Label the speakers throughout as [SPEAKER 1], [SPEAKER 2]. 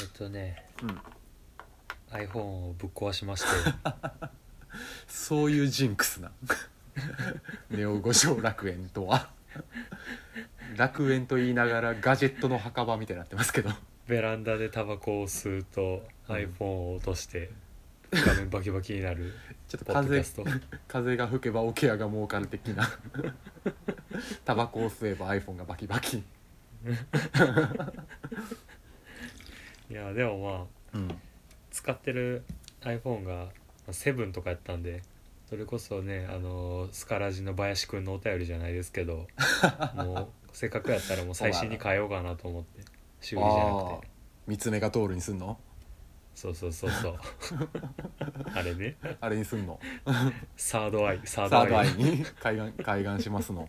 [SPEAKER 1] えっとね、
[SPEAKER 2] うん
[SPEAKER 1] iPhone をぶっ壊しま して
[SPEAKER 2] そういうジンクスなネオ五条楽園とは楽園と言いながらガジェットの墓場みたいになってますけど
[SPEAKER 1] ベランダでタバコを吸うと
[SPEAKER 2] うん
[SPEAKER 1] iPhone を落として画面バキバキにな る
[SPEAKER 2] ちょっと
[SPEAKER 1] ポッドキ
[SPEAKER 2] 風
[SPEAKER 1] ャスト
[SPEAKER 2] 風が吹けば桶屋が儲かる的なタバコを吸えば iPhone がバキバキ
[SPEAKER 1] いやでもまあ
[SPEAKER 2] うん
[SPEAKER 1] 使ってる iPhone がまあ7とかやったんでそれこそねあのスカラジの林くんのお便りじゃないですけ どもうせっかくやったらもう最新に変えようかなと思って修理じゃな
[SPEAKER 2] あ
[SPEAKER 1] くて
[SPEAKER 2] ー三つ目が通るにすんの
[SPEAKER 1] そうそうそう そうあれね
[SPEAKER 2] あれにすんの
[SPEAKER 1] サードアイサ
[SPEAKER 2] サ
[SPEAKER 1] ードアイ
[SPEAKER 2] ードアイに 開眼開眼しますの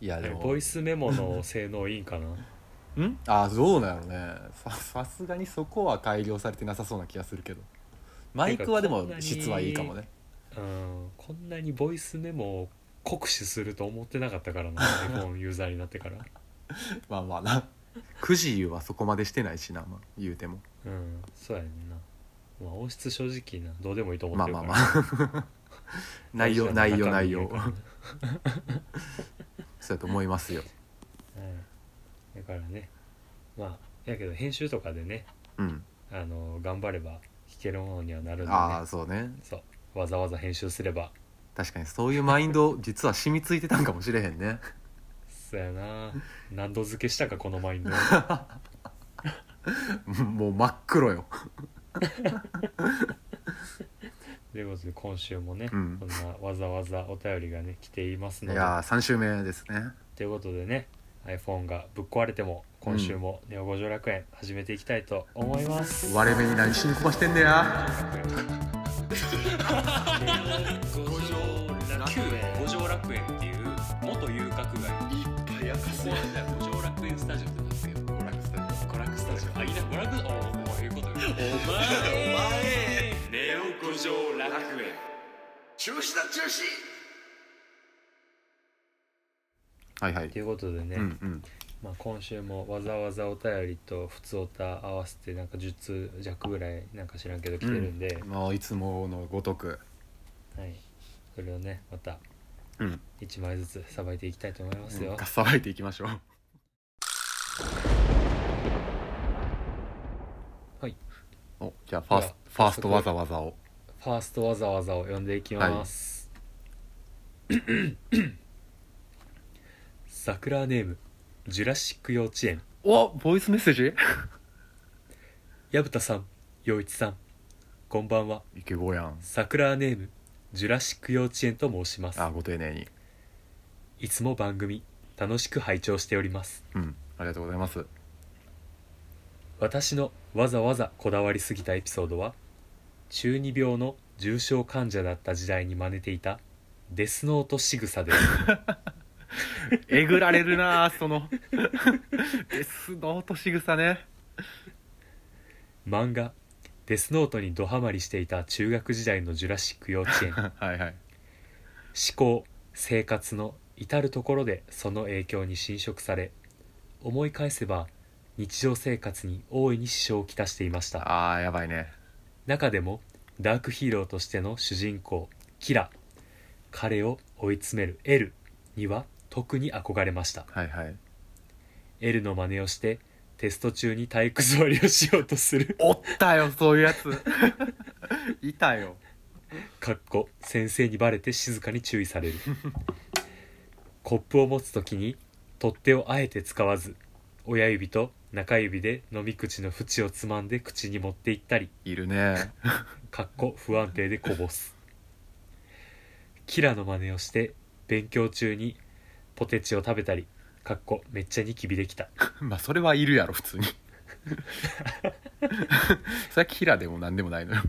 [SPEAKER 2] いや
[SPEAKER 1] あ
[SPEAKER 2] で
[SPEAKER 1] れ
[SPEAKER 2] も
[SPEAKER 1] ボイスメモの性能いいん かな
[SPEAKER 2] んああそうなのねささすがにそこは改良されてなさそうな気がするけどマイクはで
[SPEAKER 1] て
[SPEAKER 2] も
[SPEAKER 1] かこんなに
[SPEAKER 2] 質はいいかもね
[SPEAKER 1] うんこんなにボイスメモを酷使すると思ってなかったからな iPhone ユーザーになってから
[SPEAKER 2] まあまあなくじはそこまでしてないしな、まあ、言うても
[SPEAKER 1] うんそうやねんな、まあ、音質正直などうでもいいと思っ
[SPEAKER 2] まあ
[SPEAKER 1] てる
[SPEAKER 2] ま
[SPEAKER 1] から、
[SPEAKER 2] あまあ 内容内容内容
[SPEAKER 1] うん
[SPEAKER 2] そうだと思いますよ
[SPEAKER 1] だからねまあやけど編集とかでね
[SPEAKER 2] うん
[SPEAKER 1] あの頑張れば弾けるものにはなるんで、ね、
[SPEAKER 2] ああそうね
[SPEAKER 1] そうわざわざ編集すれば
[SPEAKER 2] 確かにそういうマインド実は染みついてたんかもしれへんね
[SPEAKER 1] そやな何度付けしたかこのマインド
[SPEAKER 2] もう真っ黒よ
[SPEAKER 1] ということで今週もね、
[SPEAKER 2] うん
[SPEAKER 1] こんなわざわざお便りがね来ています
[SPEAKER 2] い
[SPEAKER 1] ので
[SPEAKER 2] やー3週目ですね
[SPEAKER 1] ということでね iPhone がぶっ壊れても今週もネオ五条楽園始めていきたいと思います、
[SPEAKER 2] 割れ目に何しにこましてんねや
[SPEAKER 1] 五条楽園五条楽園っていう元遊郭街
[SPEAKER 2] やか
[SPEAKER 1] ここは五条楽園スタジオってなってる娯楽スタジオあいいな娯楽おお前いうことお前お前ネオ五条楽園
[SPEAKER 3] 中止だ中止
[SPEAKER 2] はいはい
[SPEAKER 1] ということでね、
[SPEAKER 2] うんうん
[SPEAKER 1] まあ、今週もわざわざお便りと普通おた合わせてなんか10通弱ぐらいなんか知らんけど来てるんで、
[SPEAKER 2] まあいつものごとく
[SPEAKER 1] はい、それをねまた
[SPEAKER 2] うん
[SPEAKER 1] 1枚ずつさばいていきたいと思いますよ、
[SPEAKER 2] かっさばいていきましょう
[SPEAKER 1] はい
[SPEAKER 2] おじゃあファース
[SPEAKER 1] じゃあ
[SPEAKER 2] トファーストわざわざを
[SPEAKER 1] ファーストわざわざを読んでいきます、 桜ネームジュラシック幼稚園
[SPEAKER 2] おボイスメッセージ
[SPEAKER 1] 薮田さん陽一さんこんばんは
[SPEAKER 2] イケボやん
[SPEAKER 1] 桜ネームジュラシック幼稚園と申します
[SPEAKER 2] あご丁寧に
[SPEAKER 1] いつも番組楽しく拝聴しております
[SPEAKER 2] うんありがとうござい ます
[SPEAKER 1] 私のわざわざこだわりすぎたエピソードは中二病の重症患者だった時代に真似ていたデスノート仕草です
[SPEAKER 2] えぐられるなあそのデスノート仕草ね
[SPEAKER 1] 漫画「デスノート」にドハマりしていた中学時代のジュラシック幼稚園思
[SPEAKER 2] はいはい
[SPEAKER 1] 考生活の至る所でその影響に侵食され思い返せば日常生活に大いに支障をきたしていました
[SPEAKER 2] あーやばいね
[SPEAKER 1] 中でもダークヒーローとしての主人公キラ彼を追い詰めるエルには特に憧れました
[SPEAKER 2] はいはい
[SPEAKER 1] エルの真似をしてテスト中に体育座りをしようとする
[SPEAKER 2] おったよそういうやつ いたよ
[SPEAKER 1] かっこ先生にバレて静かに注意されるコップを持つ時に取っ手をあえて使わず親指と中指で飲み口の縁をつまんで口に持っていったり
[SPEAKER 2] いるね
[SPEAKER 1] かっこ不安定でこぼすキラの真似をして勉強中にポテチを食べたりかっこめっちゃニキビできた
[SPEAKER 2] まあそれはいるやろ普通にそれはキラでも何でもないのよ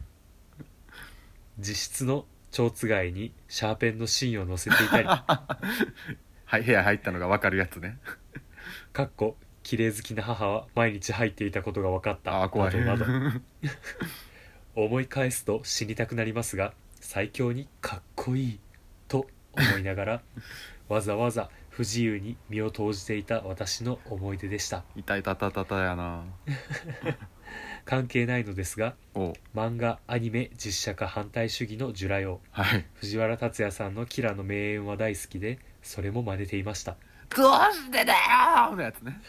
[SPEAKER 1] 自室の蝶つがいにシャーペンの芯を乗せてい たりか
[SPEAKER 2] はい部屋入ったのが分かるやつね
[SPEAKER 1] っこ綺麗好きな母は毎日入っていたことが分かった
[SPEAKER 2] ああ怖い
[SPEAKER 1] などなど思い返すと死にたくなります が最強にかっこいいと思いながらわざわざ不自由に身を投じていた私の思い出でした
[SPEAKER 2] 痛いたたたたやな
[SPEAKER 1] 関係ないのですが
[SPEAKER 2] お
[SPEAKER 1] 漫画アニメ実写化反対主義のジュラ王
[SPEAKER 2] はい
[SPEAKER 1] 藤原竜也さんのキラの名演は大好きでそれも真似ていました
[SPEAKER 2] どうしてだよのやつね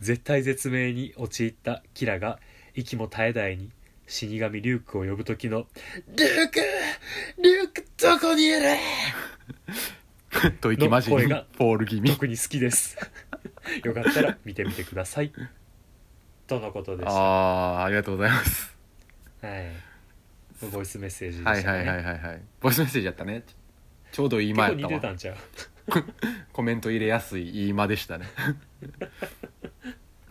[SPEAKER 1] 絶体絶命に陥ったキラが息も絶え絶えに死神リュークを呼ぶ時の「リュークリュークどこにいる!」
[SPEAKER 2] と息まじに
[SPEAKER 1] の声
[SPEAKER 2] フ
[SPEAKER 1] が
[SPEAKER 2] ォール気味
[SPEAKER 1] 特に好きです よかったら見てみてくださいとのことでし
[SPEAKER 2] あ
[SPEAKER 1] たは
[SPEAKER 2] あありがとうございます
[SPEAKER 1] いボイスメッセージで
[SPEAKER 2] はい
[SPEAKER 1] した
[SPEAKER 2] はい
[SPEAKER 1] ね、
[SPEAKER 2] はいはいはいボイスメッセージやったねちょうどいい間や
[SPEAKER 1] 結構
[SPEAKER 2] っ
[SPEAKER 1] 似て
[SPEAKER 2] た
[SPEAKER 1] た
[SPEAKER 2] わ
[SPEAKER 1] んちゃう
[SPEAKER 2] コメント入れやすいいい間でしたね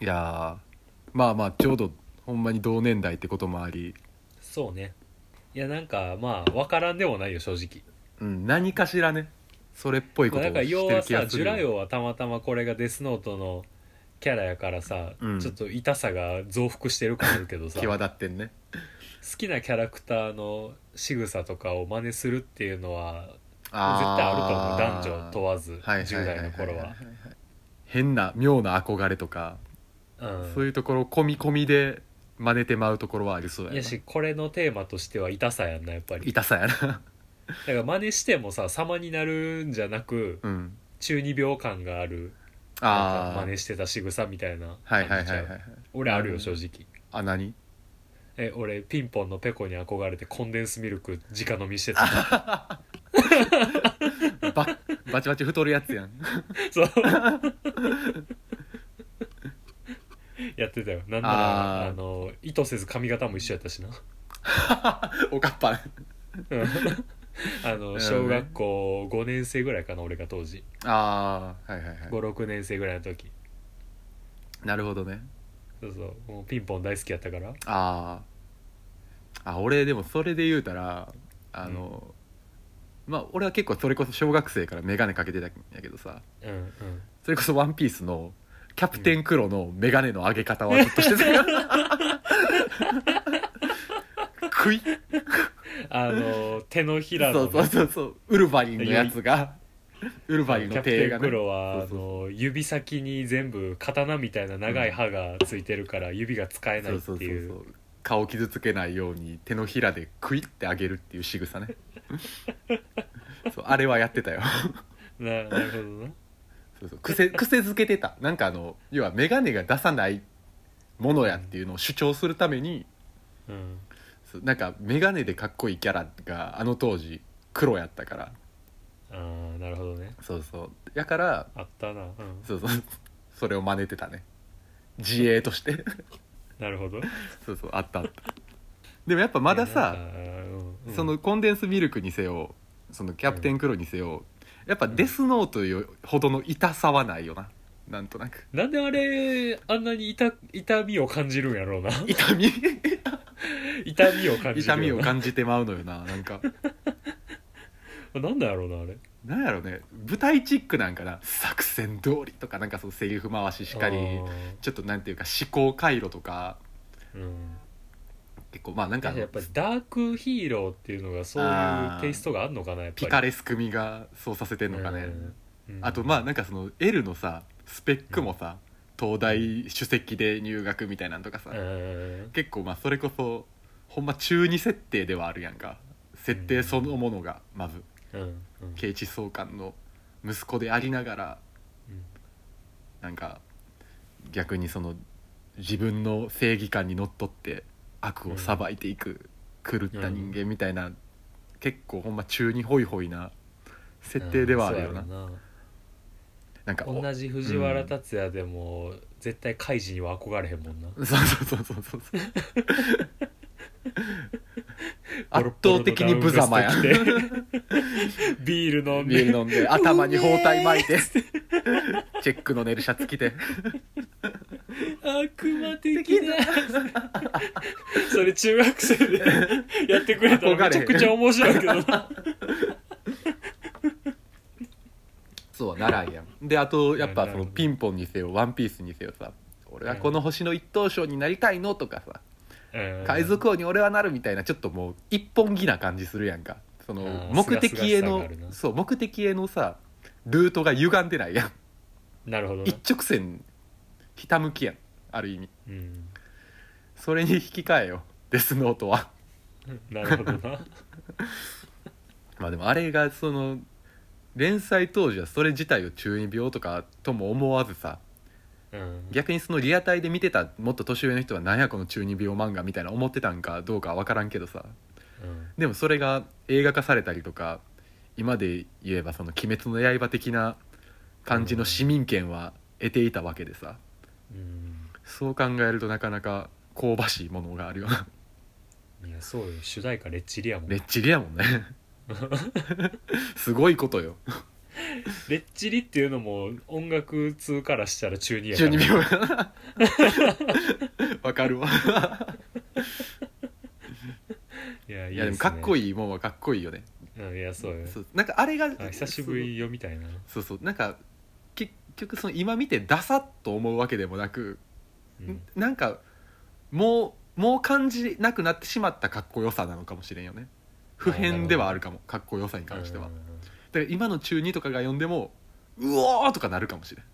[SPEAKER 2] いやーまあまあちょうどほんまに同年代ってこともあり、
[SPEAKER 1] そうねいやなんかまあ分からんでもないよ正直
[SPEAKER 2] うん、何かしらねそれっぽいことを
[SPEAKER 1] だから
[SPEAKER 2] して
[SPEAKER 1] 要
[SPEAKER 2] る
[SPEAKER 1] は
[SPEAKER 2] 気が
[SPEAKER 1] さ
[SPEAKER 2] す
[SPEAKER 1] ジュ
[SPEAKER 2] る
[SPEAKER 1] ラヨはたまたまこれがデスノートのキャラやからさ、
[SPEAKER 2] うん
[SPEAKER 1] ちょっと痛さが増幅してる感あるけどさ
[SPEAKER 2] 際
[SPEAKER 1] 好
[SPEAKER 2] 立ってんね
[SPEAKER 1] きなキャラクターの仕草とかを真似するっていうのは
[SPEAKER 2] 絶
[SPEAKER 1] 絶対あると思う男女問わず、
[SPEAKER 2] はいはい
[SPEAKER 1] 10
[SPEAKER 2] はい
[SPEAKER 1] 代
[SPEAKER 2] はい
[SPEAKER 1] の頃は、
[SPEAKER 2] 変な妙な憧れとか、
[SPEAKER 1] うん、
[SPEAKER 2] そういうところ込み込みで真似てまうところはありそうや
[SPEAKER 1] い
[SPEAKER 2] な
[SPEAKER 1] やしこれのテーマとしては痛さやんなやっぱり
[SPEAKER 2] 痛さやな
[SPEAKER 1] だから真似してもさ様になるんじゃなく
[SPEAKER 2] うん
[SPEAKER 1] 中二病感があるなんか
[SPEAKER 2] ああ
[SPEAKER 1] 真似してた仕草みたいな
[SPEAKER 2] はいはい
[SPEAKER 1] 感じち
[SPEAKER 2] は
[SPEAKER 1] ゃ
[SPEAKER 2] いうはい
[SPEAKER 1] 俺ある
[SPEAKER 2] う
[SPEAKER 1] よ
[SPEAKER 2] ん
[SPEAKER 1] 正直
[SPEAKER 2] あ何
[SPEAKER 1] え俺ピンポンのペコに憧れてコンデンスミルク直飲みしてた
[SPEAKER 2] ババチバチ太るやつやん
[SPEAKER 1] そうやってたよなんなら
[SPEAKER 2] あー
[SPEAKER 1] あの意図せず髪型も一緒やったしな
[SPEAKER 2] おかっぱん
[SPEAKER 1] うん あの小学校5年生ぐらいかな俺が当時
[SPEAKER 2] ああはいはいは
[SPEAKER 1] 56年生ぐらいの時
[SPEAKER 2] いなるほどね
[SPEAKER 1] そうそうもうピンポン大好きやったから
[SPEAKER 2] あーあ俺でもそれで言うたらあの、まあ俺は結構それこそ小学生から眼鏡かけてたんやけどさ
[SPEAKER 1] うんうん
[SPEAKER 2] それこそ「ワンピースのキャプテンクロの眼鏡の上げ方はずっとしてたよクイッ
[SPEAKER 1] あの手のひら
[SPEAKER 2] そ
[SPEAKER 1] の
[SPEAKER 2] うそうそうそうウルヴァリンのやつがウルヴ
[SPEAKER 1] キ
[SPEAKER 2] ァリン
[SPEAKER 1] ャ
[SPEAKER 2] の
[SPEAKER 1] プテ
[SPEAKER 2] 手
[SPEAKER 1] ン
[SPEAKER 2] が
[SPEAKER 1] ク
[SPEAKER 2] ね
[SPEAKER 1] ロはあ
[SPEAKER 2] そうそう
[SPEAKER 1] の指先に全部刀みたいな長い刃がついてるから指が使えないってい
[SPEAKER 2] そう
[SPEAKER 1] う
[SPEAKER 2] そうそう顔を傷つけないように手のひらでクイッて上げるっていう仕草ね そうあれはやってたよ
[SPEAKER 1] ななるほどな
[SPEAKER 2] そうそう癖癖づけてたなんかあの要は眼鏡が出さないものやっていうのを主張するために
[SPEAKER 1] うん
[SPEAKER 2] そうなんか眼鏡でかっこいいキャラがあの当時黒やったから
[SPEAKER 1] ああなるほどね
[SPEAKER 2] そうそうやから
[SPEAKER 1] あったなうん
[SPEAKER 2] そうそう それを真似てたね自衛として
[SPEAKER 1] なるほど
[SPEAKER 2] そうそうあったあったでもやっぱまださ
[SPEAKER 1] いやなんかうんうん
[SPEAKER 2] そのコンデンスミルクにせよそのキャプテンクロにせよ、やっぱデスノートよほどの痛さはないよななんとなく
[SPEAKER 1] なんであれあんなに痛痛みを感じるんやろうな
[SPEAKER 2] 痛み
[SPEAKER 1] 痛みを感じるよな
[SPEAKER 2] 痛みを感じてまうのよなな んか
[SPEAKER 1] なんだろうなあれ
[SPEAKER 2] なんやろね舞台チックなんかな作戦通りとかなんかそのセリフ回ししかり
[SPEAKER 1] あー
[SPEAKER 2] ちょっとなんていうか思考回路とか
[SPEAKER 1] うん
[SPEAKER 2] 結構まあなんか
[SPEAKER 1] やっぱりダークヒーローっていうのがそういうテイストがあるのかなやっぱり
[SPEAKER 2] ピカレス組がそうさせてんのかね、
[SPEAKER 1] うん
[SPEAKER 2] あとまあなんかその L のさスペックもさ、東大首席で入学みたいなんとかさ、
[SPEAKER 1] うん
[SPEAKER 2] 結構まあそれこそほんま中二設定ではあるやんか設定そのものがまず
[SPEAKER 1] うんうん
[SPEAKER 2] 警視総監の息子でありながら
[SPEAKER 1] うん
[SPEAKER 2] なんか逆にその自分の正義感にのっとって悪を裁いていく狂った人間みたいな結構ほんま中二ホイホイな設定ではあるよな
[SPEAKER 1] うんそうやろ
[SPEAKER 2] なんかお
[SPEAKER 1] な同じ藤原竜也でも絶対カイジには憧れへんもんな
[SPEAKER 2] そうそうそうそ うそうそう圧倒的に無様 やん
[SPEAKER 1] ボロボロのダウンベスト着てビール飲ん
[SPEAKER 2] ビー
[SPEAKER 1] で
[SPEAKER 2] ル飲ん で頭に包帯巻いてチェックのネルシャツ着て
[SPEAKER 1] 悪魔的な それ中学生でやってくれた らめちゃくちゃ面白いけどな
[SPEAKER 2] そうならんやんであとやっぱ
[SPEAKER 1] なら
[SPEAKER 2] そ
[SPEAKER 1] ん
[SPEAKER 2] のピンポンにせよワンピースにせよさ俺はこの星の一等賞になりたいのとかさ
[SPEAKER 1] うん
[SPEAKER 2] 海賊王に俺はなるみたいなちょっともう一本気な感じするやんかその
[SPEAKER 1] あー
[SPEAKER 2] 目的へ
[SPEAKER 1] すがすがしさが
[SPEAKER 2] の
[SPEAKER 1] あるな
[SPEAKER 2] そう目的へのさルートが歪んでないやん
[SPEAKER 1] なるほどな
[SPEAKER 2] 一、直線ひたむきやんある意味
[SPEAKER 1] うん、
[SPEAKER 2] それに引き換えよデスノートは
[SPEAKER 1] なるほどな
[SPEAKER 2] まあでもあれがその連載当時はそれ自体を中二病とかとも思わずさ
[SPEAKER 1] うん
[SPEAKER 2] 逆にそのリアタイで見てたもっと年上の人は何やこの中二病漫画みたいな思ってたんかどうかは分からんけどさ
[SPEAKER 1] うん
[SPEAKER 2] でもそれが映画化されたりとか今で言えばその「鬼滅の刃」的な感じの市民権は得ていたわけでさ
[SPEAKER 1] うん
[SPEAKER 2] そう考えるとなかなか香ばしいものがあるよな
[SPEAKER 1] いやそうよ主題歌レッチリやもん
[SPEAKER 2] レ
[SPEAKER 1] レ
[SPEAKER 2] ッチリやもんね すごいことよ
[SPEAKER 1] ッチリっていうのも音楽通からしたら中二やから
[SPEAKER 2] 12秒が わかるわ
[SPEAKER 1] いやい
[SPEAKER 2] い
[SPEAKER 1] い
[SPEAKER 2] や
[SPEAKER 1] で、
[SPEAKER 2] ですも
[SPEAKER 1] ね、
[SPEAKER 2] かっこ
[SPEAKER 1] いい、
[SPEAKER 2] いいもんはかっこいいよね
[SPEAKER 1] うん、いやそうよ
[SPEAKER 2] そうなんかあれが
[SPEAKER 1] あ久しぶりよみたいな
[SPEAKER 2] そうそうなんか結局その今見てダサっと思うわけでもなく、
[SPEAKER 1] うん
[SPEAKER 2] なんかもうもう感じなくなってしまったかっこよさなのかもしれんよね普遍ではあるかもかっこよさに関しては、
[SPEAKER 1] うん
[SPEAKER 2] だから今の中2とかが読んでもうおーとかなるかもしれん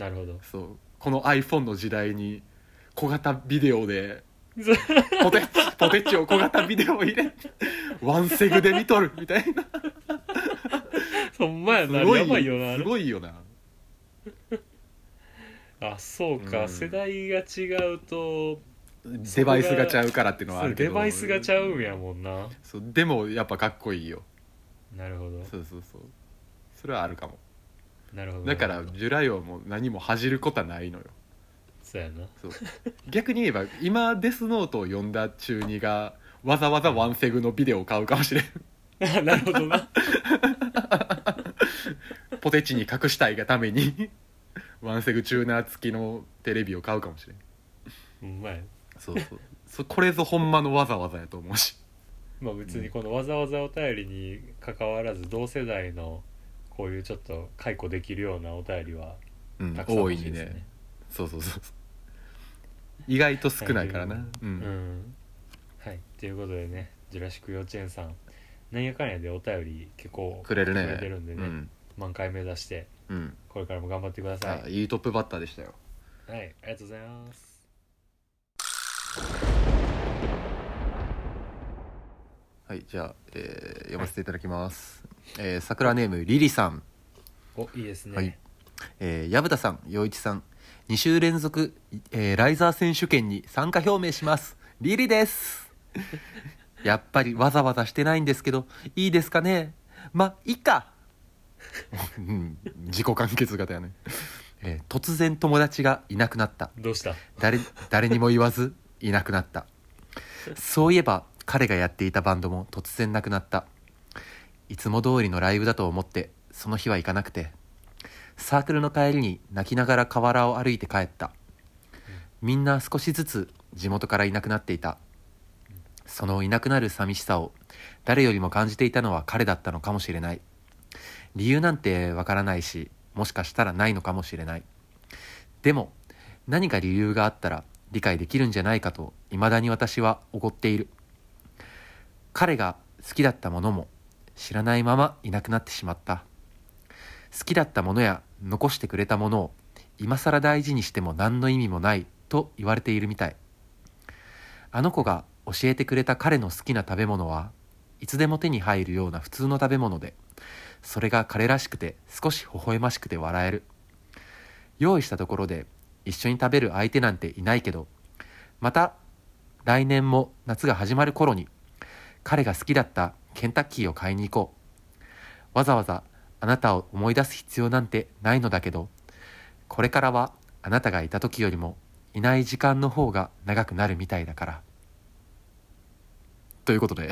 [SPEAKER 1] なるほど
[SPEAKER 2] そうこの iPhone の時代に小型ビデオで
[SPEAKER 1] そう
[SPEAKER 2] ポテチポテチを小型ビデオ入れワンセグで見とるみたいな
[SPEAKER 1] ほんまやな
[SPEAKER 2] すごい
[SPEAKER 1] やばいよなあ
[SPEAKER 2] す
[SPEAKER 1] れ
[SPEAKER 2] ごいよな
[SPEAKER 1] あそうか、
[SPEAKER 2] うん
[SPEAKER 1] 世代が違うと
[SPEAKER 2] デバイスがちゃうからっていうのはあ
[SPEAKER 1] そう
[SPEAKER 2] るけ
[SPEAKER 1] デ
[SPEAKER 2] ど
[SPEAKER 1] バイスがちゃうんやもんな
[SPEAKER 2] そうでもやっぱかっこいいよ
[SPEAKER 1] なるほど
[SPEAKER 2] そうそうそうそれはあるかも
[SPEAKER 1] なるほど
[SPEAKER 2] だから
[SPEAKER 1] なるほど
[SPEAKER 2] ジュラヨも何も恥じることはないのよ
[SPEAKER 1] そうやな
[SPEAKER 2] そう逆に言えば今デスノートを読んだ中二がわざわざワンセグのビデオを買うかもしれん
[SPEAKER 1] あなる ほどな
[SPEAKER 2] ポテチに隠したいがためにワンセグチューナー付きのテレビを買うかもしれん
[SPEAKER 1] ほんまや
[SPEAKER 2] そうそうそこれぞほんまのわざわざやと思うし
[SPEAKER 1] まあ別にこのわざわざお便りに関わらず同世代のこういうちょっと解雇できるようなお便りは
[SPEAKER 2] うん
[SPEAKER 1] たくさん
[SPEAKER 2] 大
[SPEAKER 1] 欲
[SPEAKER 2] い
[SPEAKER 1] しい
[SPEAKER 2] に
[SPEAKER 1] です
[SPEAKER 2] ね
[SPEAKER 1] ね
[SPEAKER 2] そうそうそうそう意外と少ないからな、う
[SPEAKER 1] うん
[SPEAKER 2] ん、
[SPEAKER 1] はいということでねジュラシック幼稚園さんなんやかんやでお便り結構
[SPEAKER 2] くれるね
[SPEAKER 1] てるんでね、
[SPEAKER 2] うん
[SPEAKER 1] 満開目指して
[SPEAKER 2] うん
[SPEAKER 1] これからも頑張ってください
[SPEAKER 2] あいいトップバッターでしたよ
[SPEAKER 1] はい、ありがとうございます。
[SPEAKER 2] はいじゃあ、えー読ませていただきます、えー桜ネームリリさん、
[SPEAKER 1] お、いいですね。
[SPEAKER 2] はいえー、矢蓋さん陽一さん2週連続、えーライザー選手権に参加表明しますリリです やっぱりわざわざしてないんですけどいいですかねまいい かうん自己完結型やね、えー突然友達がいなくなった
[SPEAKER 1] どうした。
[SPEAKER 2] 誰誰にも言わずいなくなったそういえば彼がやっていたバンドも突然なくなったいつも通りのライブだと思ってその日は行かなくてサークルの帰りに泣きながら河原を歩いて帰ったみんな少しずつ地元からいなくなっていたそのいなくなる寂しさを誰よりも感じていたのは彼だったのかもしれない理由なんてわからないしもしかしたらないのかもしれないでも何か理由があったら理解できるんじゃないかと未だに私は怒っている彼が好きだったものも知らないままいなくなってしまった好きだったものや残してくれたものを今更大事にしても何の意味もないと言われているみたいあの子が教えてくれた彼の好きな食べ物はいつでも手に入るような普通の食べ物でそれが彼らしくて少し微笑ましくて笑える用意したところで一緒に食べる相手なんていないけどまた来年も夏が始まる頃に彼が好きだったケンタッキーを買いに行こうわざわざあなたを思い出す必要なんてないのだけどこれからはあなたがいた時よりもいない時間の方が長くなるみたいだからということで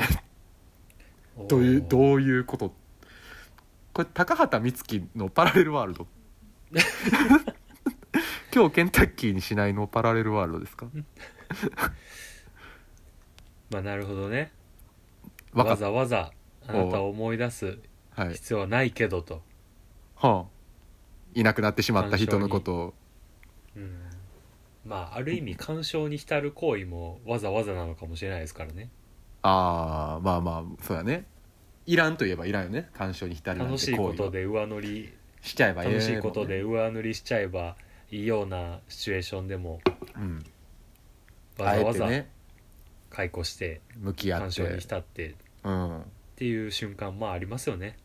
[SPEAKER 1] おー
[SPEAKER 2] どういうどういうことこれ高畑充希のパラレルワ ールド今日ケンタッキーにしないのパラレルワールドですか
[SPEAKER 1] まあ、なるほどね。
[SPEAKER 2] わか
[SPEAKER 1] わ
[SPEAKER 2] っ
[SPEAKER 1] ざわざ、あなたを思い出す
[SPEAKER 2] はい、
[SPEAKER 1] 必要はないけどと。
[SPEAKER 2] はあ、いなくなってしまった人のことを
[SPEAKER 1] うん。まあ、ある意味干渉に浸る行為もわざわざなのかもしれないですからね。
[SPEAKER 2] ああまあまあそうやねいらんといえばいらんよね干渉に浸るなん
[SPEAKER 1] 楽してい
[SPEAKER 2] 行
[SPEAKER 1] こ
[SPEAKER 2] 為は
[SPEAKER 1] とで上乗り
[SPEAKER 2] しちゃえばええ
[SPEAKER 1] 楽しいこと
[SPEAKER 2] も
[SPEAKER 1] で上塗りしちゃえばいいようなシチュエーションでも
[SPEAKER 2] んね、うん、
[SPEAKER 1] わ
[SPEAKER 2] あ
[SPEAKER 1] ざわ
[SPEAKER 2] えて
[SPEAKER 1] ざ
[SPEAKER 2] ね
[SPEAKER 1] 解雇して
[SPEAKER 2] 向き合
[SPEAKER 1] 鑑
[SPEAKER 2] っ
[SPEAKER 1] 賞に
[SPEAKER 2] て
[SPEAKER 1] 浸ってっ
[SPEAKER 2] うん
[SPEAKER 1] ていう瞬間まあありますよね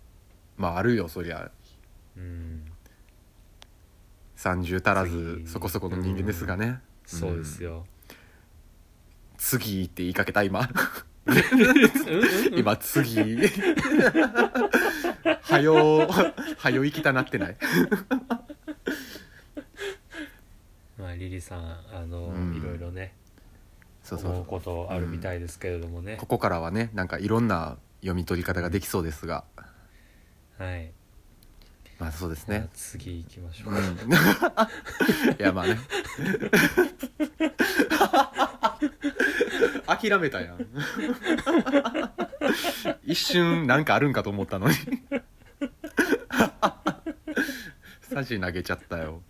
[SPEAKER 2] まああるよそりゃ
[SPEAKER 1] うん
[SPEAKER 2] 30足らず
[SPEAKER 1] 次
[SPEAKER 2] そこそこの人間ですがね、
[SPEAKER 1] そうです よ、
[SPEAKER 2] 次って言いかけた今
[SPEAKER 1] うんうん
[SPEAKER 2] 今次はよはよ生きたなってない
[SPEAKER 1] まあリリさんあの、
[SPEAKER 2] うん
[SPEAKER 1] いろいろね
[SPEAKER 2] そうそ
[SPEAKER 1] 思う
[SPEAKER 2] う
[SPEAKER 1] ことあるみたいですけれどもね
[SPEAKER 2] こ、こからはねなんかいろんな読み取り方ができそうですが
[SPEAKER 1] はい
[SPEAKER 2] まあそうです
[SPEAKER 1] じゃあ
[SPEAKER 2] ね
[SPEAKER 1] 次行きましょう
[SPEAKER 2] う
[SPEAKER 1] か、
[SPEAKER 2] んいやまあね諦めたやん一瞬なんかあるんかと思ったのにサジ投げちゃったよ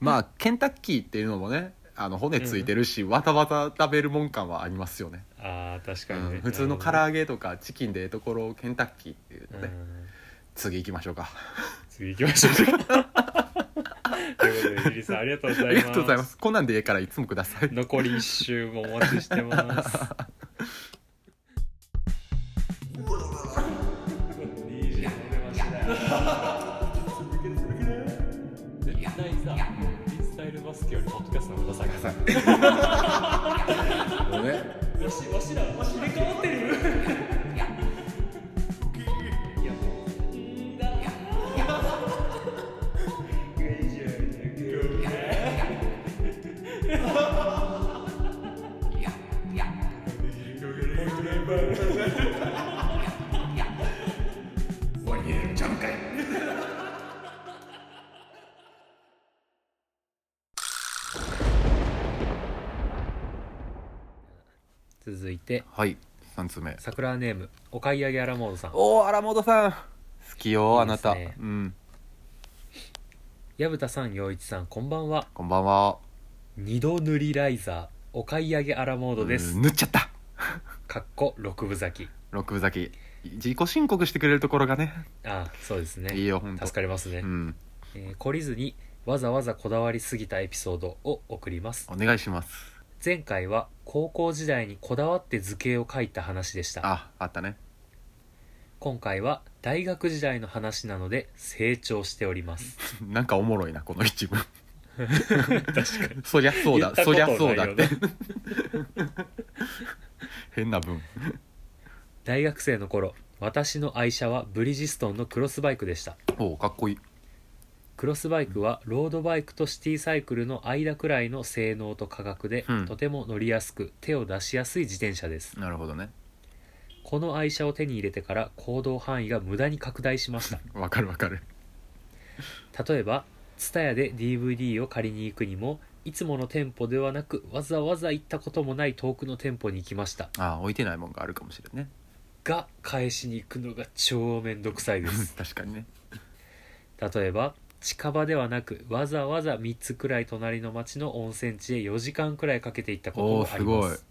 [SPEAKER 2] まあケンタッキーっていうのもねあの骨ついてるし、わたわた食べるもん感はありますよね、
[SPEAKER 1] あー確かにね、
[SPEAKER 2] うん、普通の唐揚げとかチキンでええところをケンタッキーっていう
[SPEAKER 1] う
[SPEAKER 2] ね、
[SPEAKER 1] ん、うん
[SPEAKER 2] 次行きましょうか
[SPEAKER 1] 次行きましょうかということでリリさんありがとうござい
[SPEAKER 2] あ
[SPEAKER 1] ます
[SPEAKER 2] りがとうございますこんなんでええからいつもください
[SPEAKER 1] 残り1周もお待ちしてます
[SPEAKER 2] ごめん
[SPEAKER 3] 終わりに入れるんちゃうんかい
[SPEAKER 1] 続いて
[SPEAKER 2] はい3つ目
[SPEAKER 1] 桜ネームお買い上げアラモードさん
[SPEAKER 2] おお荒本さん好きよあなた
[SPEAKER 1] いいですね
[SPEAKER 2] うん
[SPEAKER 1] 矢蓋さん陽一さんこんばんは
[SPEAKER 2] こんばんは
[SPEAKER 1] 二度塗りライザーお買い上げアラモードです
[SPEAKER 2] うん塗っちゃった
[SPEAKER 1] かっこ六分咲き
[SPEAKER 2] 六分咲き自己申告してくれるところがね
[SPEAKER 1] あーそうですね
[SPEAKER 2] いいよほんと
[SPEAKER 1] 助かりますね、
[SPEAKER 2] うん
[SPEAKER 1] えー懲りずにわざわざこだわりすぎたエピソードを送ります
[SPEAKER 2] お願いします
[SPEAKER 1] 前回は高校時代にこだわって図形を描いた話でした
[SPEAKER 2] ああったね
[SPEAKER 1] 今回は大学時代の話なので成長しております
[SPEAKER 2] なんかおもろいなこの一文
[SPEAKER 1] 確かに
[SPEAKER 2] そりゃそう
[SPEAKER 1] 言っ
[SPEAKER 2] だ
[SPEAKER 1] たこ
[SPEAKER 2] そ
[SPEAKER 1] と
[SPEAKER 2] り
[SPEAKER 1] な
[SPEAKER 2] ゃ
[SPEAKER 1] いよね
[SPEAKER 2] そうだって 変な文
[SPEAKER 1] 大学生の頃私の愛車はブリヂストンのクロスバイクでした
[SPEAKER 2] おおかっこいい
[SPEAKER 1] クロスバイクはロードバイクとシティサイクルの間くらいの性能と価格で、
[SPEAKER 2] うん
[SPEAKER 1] とても乗りやすく手を出しやすい自転車です
[SPEAKER 2] なるほどね
[SPEAKER 1] この愛車を手に入れてから行動範囲が無駄に拡大しました
[SPEAKER 2] わかるわかる
[SPEAKER 1] 例えば TSUTAYA で DVD を借りに行くにもいつもの店舗ではなくわざわざ行ったこともない遠くの店舗に行きました
[SPEAKER 2] ああ置いてないもんがあるかもしれんね
[SPEAKER 1] が返しに行くのが超めんどくさいです
[SPEAKER 2] 確かにね
[SPEAKER 1] 例えば近場ではなくわざわざ3つくらい隣の町の温泉地へ4時間くらいかけて行ったこと
[SPEAKER 2] おお
[SPEAKER 1] もあ
[SPEAKER 2] す
[SPEAKER 1] り
[SPEAKER 2] ご
[SPEAKER 1] ま
[SPEAKER 2] い
[SPEAKER 1] す